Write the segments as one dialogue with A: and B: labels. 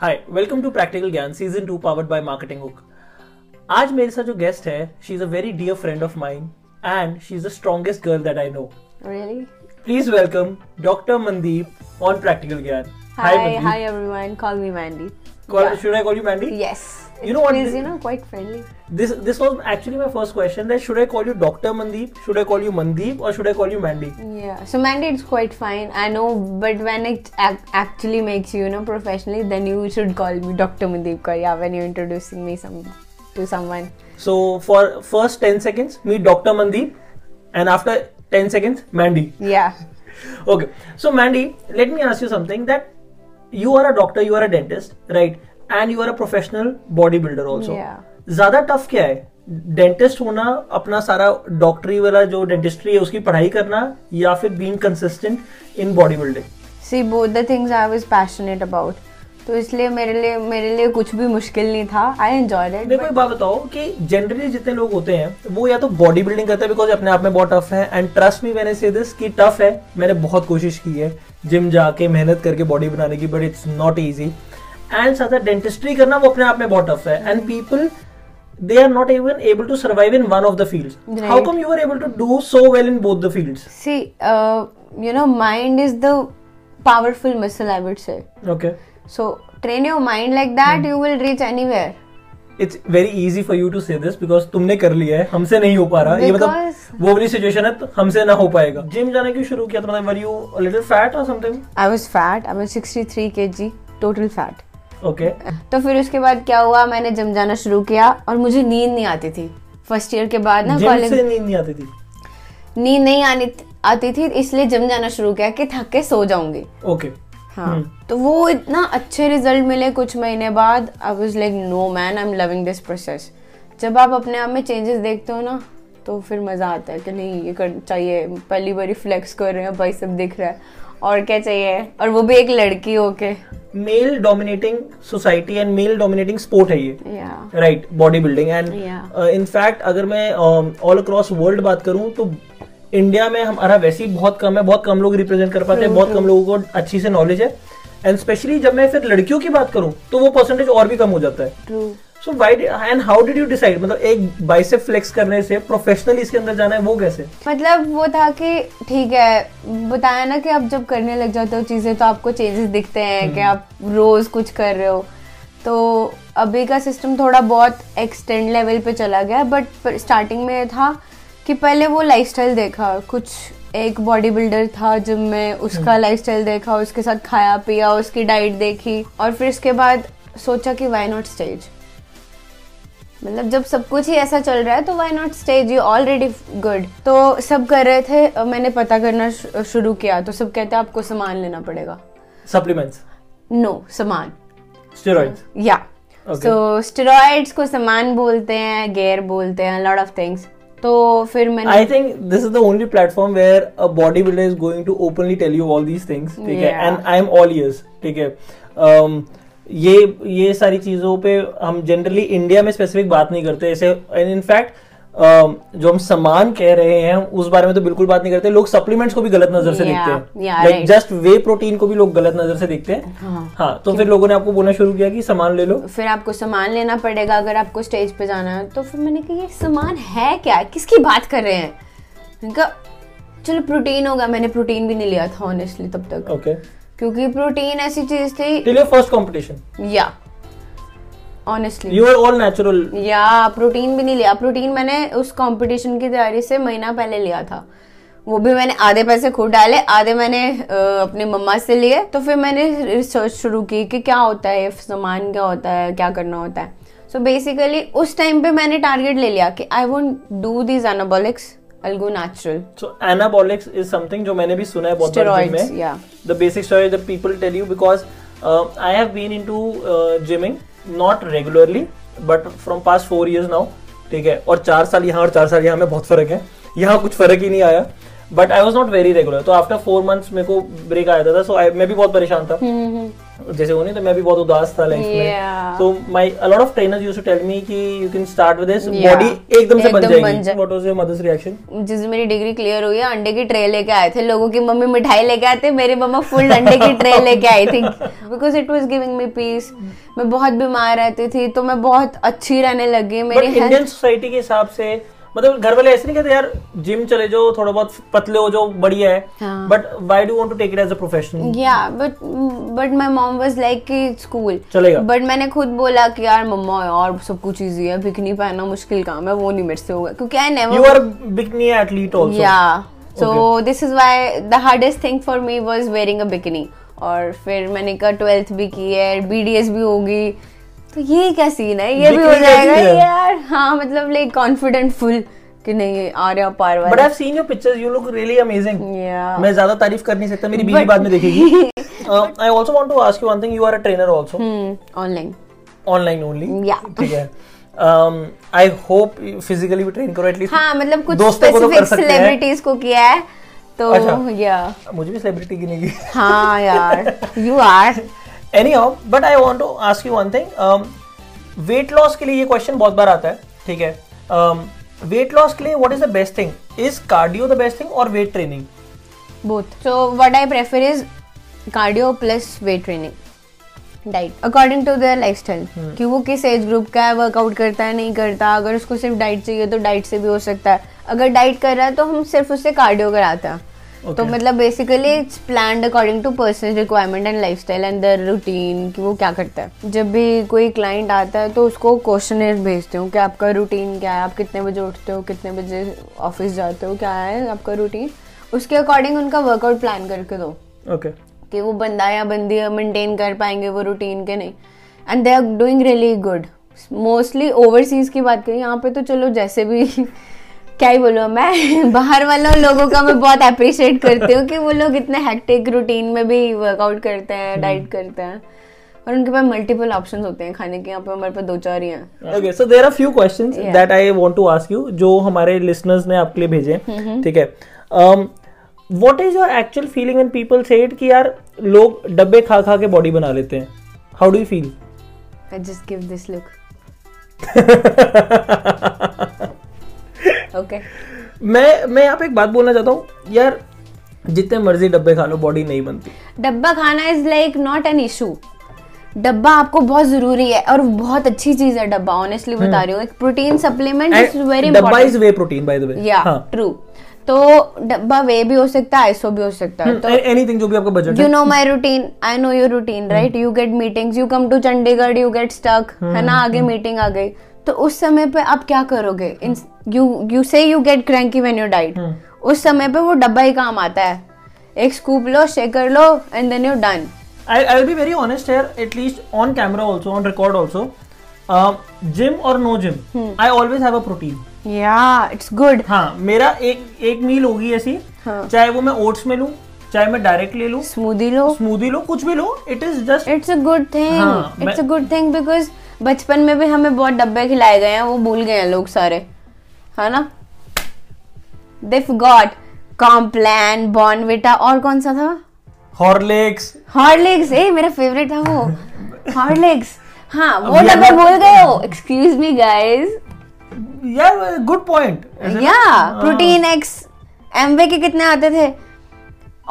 A: Hi welcome to practical Gyan season two powered by marketing hook आज मेरे साथ जो गेस्ट है she is a very dear friend of mind and she is the strongest girl that I know
B: Really?
A: Please welcome doctor Mandeep on practical Gyan
B: Hi, hi everyone. Call me Mandy.
A: Call,
B: Yeah.
A: should I call you Mandy?
B: Yes.
A: You know what-
B: She's, you know, quite friendly.
A: This this was actually my first question that should I call you Doctor Mandeep, should I call you Mandeep, or should I call you Mandy?
B: Yeah. So Mandy, it's quite fine. I know, but when it ac- actually makes you, you know, professionally, then you should call me Dr. Mandeep Karya when you're introducing me some to someone.
A: So for first 10 seconds, meet Dr. Mandeep, and after 10 seconds, Mandy.
B: Yeah.
A: Okay. So Mandy, let me ask you something that you are a doctor, you are a dentist, right? And you are a professional bodybuilder also.
B: Yeah.
A: ज्यादा tough क्या है dentist होना अपना सारा डॉक्टरी वाला जो dentistry है उसकी पढ़ाई करना या फिर being consistent in body building
B: see both the things I was passionate about तो इसलिए मेरे लिए मेरे लिए कुछ भी मुश्किल नहीं था आई एंजॉयड
A: मेरे को
B: इट
A: एक बात बताओ कि जनरली जितने लोग होते हैं वो या तो बॉडी बिल्डिंग करते हैं बिकॉज अपने आप में बहुत टफ है एंड ट्रस्ट मी मैंने से दिस कि टफ है मैंने बहुत कोशिश की है जिम जाके मेहनत करके बॉडी बनाने की but it's not easy and साथ डेंटिस्ट्री करना वो अपने आप में बहुत टफ है and people they are not even able to survive in one of the field how
B: Right.
A: Come you are able to do so well in both the fields
B: see you know mind is the powerful muscle I would say
A: okay
B: So train your mind like that, you will reach anywhere.
A: It's very easy for you to say this because तुमने कर लिया है हमसे नहीं हो पा रहा ये मतलब
B: Because-
A: वो वाली सिचुएशन है तो हमसे ना हो पाएगा जिम जाना क्यों शुरू किया था मतलब वर यू लिटिल फैट और something
B: I was fat, I was 63 kg, total fat.
A: Okay
B: तो फिर उसके बाद क्या हुआ मैंने जिम जाना शुरू किया और मुझे नींद नहीं आती थी फर्स्ट ईयर के बाद ना
A: जिम
B: कॉलेज
A: से नींद नहीं आती थी
B: नींद नहीं आनी आती थी इसलिए जिम जाना शुरू किया कि थक के सो जाऊंगी
A: ओके
B: हाँ तो वो इतना अच्छे रिजल्ट मिले कुछ महीने बाद I was like no man I am loving this process जब आप अपने आप में चेंजेस देखते हो ना तो फिर मज़ा आता है कि नहीं ये कर चाहिए पहली बार फ्लेक्स कर रहे हैं भाई सब दिख रहा है और क्या चाहिए और वो भी एक लड़की होके
A: male dominating society and male dominating sport है ये
B: या
A: right body building and
B: Yeah.
A: In fact uh, अगर मैं um, ऑल अक्रॉस वर्ल्ड बात करूं तो इंडिया में हमारा वैसे ही बहुत कम है बहुत कम लोग रिप्रेजेंट कर पाते हैं बहुत कम लोगों को अच्छी से नॉलेज है एंड स्पेशली जब मैं फिर लड़कियों की बात करूं तो वो परसेंटेज और भी कम हो जाता है
B: true
A: so why and how did you decide मतलब एक बाइसेप फ्लेक्स करने से प्रोफेशनली इसके अंदर जाना है वो कैसे
B: मतलब वो था कि ठीक है बताया ना कि आप जब करने लग जाते हो चीज़ें तो आपको चेंजेस दिखते हैं कि आप रोज़ कुछ कर रहे हो तो अभी का सिस्टम थोड़ा बहुत एक्सटेंड लेवल पे चला गया बट स्टार्टिंग में ये था कि पहले वो लाइफस्टाइल देखा कुछ एक बॉडी बिल्डर था जिम में उसका लाइफस्टाइल देखा उसके साथ खाया पिया उसकी डाइट देखी और फिर इसके बाद सोचा कि वाई नॉट स्टेज मतलब जब सब कुछ ही ऐसा चल रहा है तो why not stage you already good तो सब कर रहे थे अ, मैंने पता करना शु- शुरू किया तो सब कहते हैं आपको सामान लेना पड़ेगा
A: सप्लीमेंट्स
B: नो सामान
A: स्टेरॉइड्स
B: या
A: Okay.
B: सो स्टेरॉइड्स को सामान बोलते हैं गेयर बोलते हैं लॉट ऑफ थिंग्स तो फिर मैंने
A: I think this is the only platform where a body builder is going to openly tell you all these things ठीक है
B: Yeah.
A: And I am all ears ठीक है um, ये ये सारी चीजों पे हम जनरली इंडिया में स्पेसिफिक बात नहीं करते ऐसे एंड इनफैक्ट um, जो हम सामान कह रहे हैं उस बारे में तो बिल्कुल बात नहीं करते लोग सप्लीमेंट्स को भी गलत नजर से
B: Yeah,
A: देखते
B: yeah,
A: हैं
B: right.
A: जस्ट वे प्रोटीन को भी लोग गलत नजर से देखते हैं
B: हाँ।
A: हाँ तो फिर लोगों ने आपको बोलना शुरू किया कि सामान ले लो
B: फिर आपको सामान लेना पड़ेगा अगर आपको स्टेज पे जाना है तो फिर मैंने कहा ये सामान है क्या किसकी बात कर रहे हैं मैंने कहा चलो प्रोटीन होगा मैंने प्रोटीन भी नहीं लिया था ऑनेस्टली तब तक
A: ओके
B: क्योंकि प्रोटीन ऐसी चीज थी
A: टिल योर फर्स्ट कंपटीशन
B: या honestly
A: you are all natural
B: या प्रोटीन भी नहीं लिया प्रोटीन मैंने उस कंपटीशन की तैयारी से महीना पहले लिया था वो भी मैंने आधे पैसे खुद डाले आधे मैंने अ, अपने मम्मा से लिए तो फिर मैंने रिसर्च शुरू की कि क्या होता है सामान क्या होता है क्या करना होता है सो बेसिकली उस टाइम पे मैंने टारगेट ले लिया कि I won't do these anabolics I go natural
A: so anabolics is something जो मैंने भी सुना है बहुत बार gym
B: स्टेरॉइड्स
A: में
B: या
A: the basic story that people tell you because uh, I have been into uh, gymming not regularly but from past four years now ठीक है और चार साल यहाँ और चार साल यहाँ में बहुत फर्क है यहाँ कुछ फर्क ही नहीं आया but I was not very regular तो आफ्टर फोर मंथ्स मेरे को ब्रेक आया था सो मैं भी बहुत परेशान था
B: हम्म, हम्म,
A: जैसे वो नहीं तो मैं भी बहुत उदास था लाइफ में
B: Yeah.
A: तो my a lot of trainers used to tell me कि you can start with this
B: Yeah.
A: Body एकदम से बन
B: एकदम बन
A: जाएगी
B: जाए-
A: what was your mother's reaction
B: जिस दिन मेरी डिग्री क्लियर हुई है अंडे की ट्रे लेके आए थे लोगों की मम्मी मिठाई लेके आए थे मेरी मम्मा फुल अंडे की ट्रे लेके आई थी because it was giving me peace मैं बहुत बीमार रहती थी तो मैं बहुत अच्छी रहने लगी
A: बट
B: मेरी
A: इंडियन सोसाइटी के हिसाब से मतलब घर वाले ऐसे नहीं कहते यार जिम चले जाओ थोड़ा बहुत पतले हो जाओ बढ़िया है
B: हाँ।
A: But why do want to take it as a profession
B: या but but my mom was like कि स्कूल
A: चलेगा
B: बट मैंने खुद बोला कि यार मम्मा और सब कुछ ईजी है बिकनी पहनना मुश्किल काम है वो नहीं मेरे से होगा क्योंकि I
A: you
B: never
A: are bikini athlete also
B: yeah so
A: Okay.
B: This is why the hardest thing for me was wearing a bikini और फिर मैंने कहा ट्वेल्थ भी की है बीडीएस भी होगी तो ये क्या सीन है ये भी हो
A: Bikini कैसी
B: जाएगा
A: है?
B: यार हाँ मतलब लाइक कॉन्फिडेंट फुल कि नहीं आर्या
A: बट आई
B: पारवा
A: have seen your pictures you look really amazing
B: या
A: मैं ज्यादा तारीफ कर नहीं सकता मेरी बीवी बाद में देखेगी Uh, I also want to ask you one thing you are a trainer also
B: Hmm, online
A: online only
B: Hmm. Yeah.
A: ठीक है Um, आई होप फिजिकली भी ट्रेन करो एटलीस्ट
B: हाँ मतलब कुछ
A: दोस्तों को तो कर
B: स्पेसिफिक
A: सकते हैं।
B: सेलिब्रिटीज को किया है तो
A: अच्छा।
B: या
A: मुझे भी सेलिब्रिटी गिनेगी
B: हाँ यार you are
A: anyhow but I want to ask you one thing weight loss Um, के लिए ये क्वेश्चन बहुत बार आता है ठीक है वेट लॉस के लिए what is the best thing is cardio the best thing और weight training
B: both so what i prefer is cardio plus weight training diet according to their lifestyle कि वो किस एज ग्रुप का है workout करता है नहीं करता अगर उसको सिर्फ डाइट चाहिए तो डाइट से भी हो सकता है अगर डाइट कर रहा है तो हम सिर्फ उससे कार्डियो कराते हैं
A: Okay.
B: तो मतलब basically it's plan according to personal requirement and lifestyle and the routine कि वो क्या करता है जब भी कोई क्लाइंट आता है तो उसको क्वेश्चन भेजते हूँ कि आपका रूटीन क्या है आप कितने बजे उठते हो कितने बजे ऑफिस जाते हो क्या है आपका रूटीन उसके अकॉर्डिंग उनका वर्कआउट प्लान करके दो
A: ओके
B: कि वो बंदा या बंदी मेंटेन कर पाएंगे वो रूटीन के नहीं and they are doing really good mostly overseas की बात करें यहाँ पे तो चलो जैसे भी क्या ही बोलूँ मैं बाहर वालों लोगों का मैं बहुत अप्रिशिएट करती हूँ कि वो लोग इतने हेक्टिक रूटीन में भी वर्कआउट करते हैं डाइट करते हैं और उनके पास मल्टीपल ऑप्शंस होते हैं खाने के यहाँ पे हमारे पास दो चार ही हैं
A: okay so there are few question
B: Yeah.
A: That I want to ask you जो हमारे लिसनर्स ने आपके लिए भेजे हैं, ठीक है Um, what is your actual feeling and people said कि यार लोग डब्बे खा खा के बॉडी बना लेते हैं how do you feel
B: I just give this look okay
A: मैं मैं यहाँ पे एक बात बोलना चाहता हूँ यार जितने मर्जी डब्बे खा लो बॉडी नहीं बनती
B: डब्बा खाना is like not an issue डब्बा आपको बहुत जरूरी है और बहुत अच्छी चीज है डब्बा ऑनेस्टली बता रही हूँ एक protein supplement is very
A: And डब्बा हाँ।
B: Important
A: is whey protein by the way
B: yeah true तो डब्बा वे भी हो सकता है आइसो भी हो सकता है तो
A: एनीथिंग Hmm. जो भी आपका बजट
B: यू
A: है
B: no my routine I know your routine right
A: हम्म।
B: You get meetings you come to Chandigarh you get stuck है ना आगे
A: हम्म।
B: मीटिंग आ गई तो उस समय पे आप क्या करोगे you you say you get cranky when you diet
A: Hmm.
B: उस समय पे वो डब्बा ही काम आता है एक स्कूप लो शेक कर लो and then you done
A: I I will be very honest here at least on camera also on record also Um, gym और no gym I always have a protein
B: yeah it's good
A: हाँ मेरा एक एक मील होगी ऐसी
B: हाँ।
A: चाहे वो मैं ओट्स में लूँ चाहे मैं डायरेक्ट ले लूँ
B: स्मूदी लो
A: स्मूदी लूँ कुछ भी लूँ it is just
B: it's a good
A: हाँ,
B: थिंग इट्स अ
A: मैं-
B: गुड थिंग बिकॉज बचपन में भी हमें बहुत डब्बे खिलाए गए हैं वो भूल गए हैं लोग सारे है ना दे गॉट कॉम्प्लान बॉर्नविटा और कौन सा था
A: हॉर्लिक्स
B: हॉर्लिक्स ए मेरा फेवरेट था वो हॉर्लिक्स हाँ वो
A: अभी
B: डब्बे
A: आप-
B: भूल गए हो एक्सक्यूज मी गाइस
A: यार गुड पॉइंट हाँ।
B: या प्रोटीन एक्स एमवे के कितने आते थे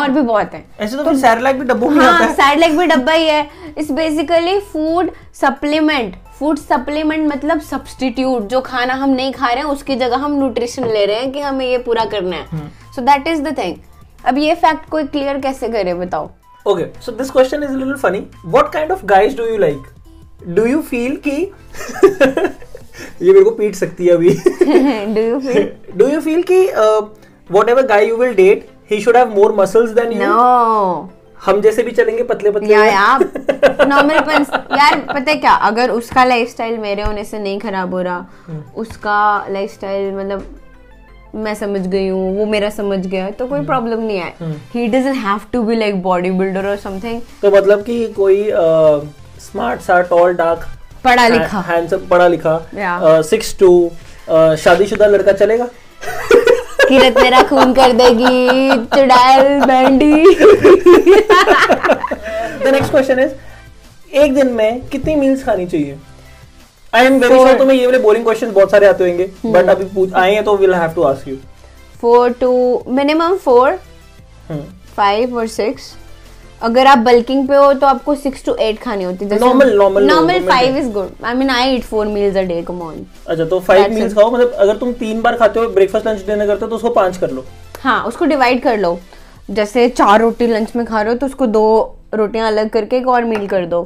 B: और भी बहुत हैं
A: ऐसे तो फिर सैरलैक भी डब्बों में आता
B: हाँ
A: है
B: सैडलैक भी डब्बा ही है it's basically food supplement food supplement मतलब सब्सटीट्यूट जो खाना हम नहीं खा रहे हैं उसकी जगह हम न्यूट्रिशन ले रहे हैं कि हमें ये पूरा करना है so that is the thing अब ये फैक्ट कोई क्लियर कैसे करे बताओ
A: Okay, so this question is a little funny. What kind of guys do you like? Do you feel कि ये मेरे को पीट सकती है अभी
B: do you feel
A: Do you feel uh, कि whatever guy you will date he should have more muscles than you
B: know
A: हम जैसे भी चलेंगे पतले पतले
B: या यार नॉर्मल यार पता है क्या अगर उसका लाइफस्टाइल मेरे होने से नहीं खराब हो रहा उसका लाइफस्टाइल मतलब मैं समझ गई हूँ वो मेरा समझ गया तो कोई प्रॉब्लम नहीं है he doesn't have to be like bodybuilder और समथिंग
A: तो मतलब कि कोई स्मार्ट सा टॉल डार्क
B: पढ़ा लिखा
A: हाँ। हैंडसम पढ़ा लिखा Uh,
B: Yeah.
A: सिक्स टू शादीशुदा लड़का चलेगा
B: किरत मेरा खून कर देगी चुड़ैल बैंडी
A: द नेक्स्ट क्वेश्चन इज एक दिन में कितनी मील्स खानी चाहिए I am very
B: Four.
A: Sure तुम्हें ये वाले बोरिंग क्वेश्चन बहुत सारे आते होंगे
B: Hmm.
A: बट अभी पूछ आए हैं तो will have to ask you
B: four to minimum four
A: Hmm.
B: Five और सिक्स अगर आप बल्किंग पे हो तो आपको सिक्स टू एट खानी होती है
A: Normal, normal लोग,
B: normal
A: normal
B: five is good I mean I eat four meals a day come on
A: अच्छा तो फाइव
B: That's
A: मील्स
B: it.
A: खाओ मतलब अगर तुम तीन बार खाते हो ब्रेकफास्ट लंच डिनर करते हो तो उसको पांच कर लो
B: हाँ उसको डिवाइड कर लो जैसे चार रोटी लंच में खा रहे हो तो उसको दो रोटियां अलग करके एक और मील कर दो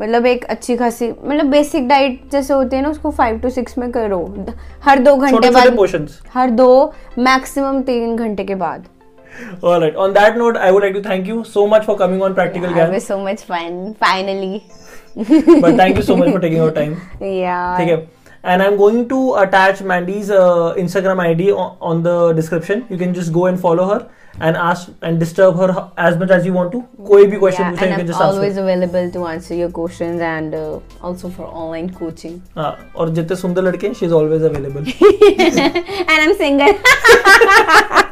B: मतलब एक अच्छी खासी मतलब बेसिक डाइट जैसे होती है ना उसको फाइव टू सिक्स में करो द- हर दो घंटे
A: छोटे छोटे
B: बाद
A: पोर्शंस
B: हर दो मैक्सिमम तीन घंटे के बाद
A: alright on that note I would like to thank you so much for coming on practical ज्ञान
B: so much fun finally
A: but thank you so much for taking our time
B: या
A: ठीक है and i'm going to attach mandy's uh, instagram id on, on the description you can just go and follow her and ask and disturb her as much as you want to koi bhi question
B: Yeah,
A: pucha,
B: and
A: you
B: I'm
A: can just ask her.
B: always available to answer your questions and uh, also for online coaching.
A: हाँ, और जितने सुंदर लड़के she is always available
B: and I'm single.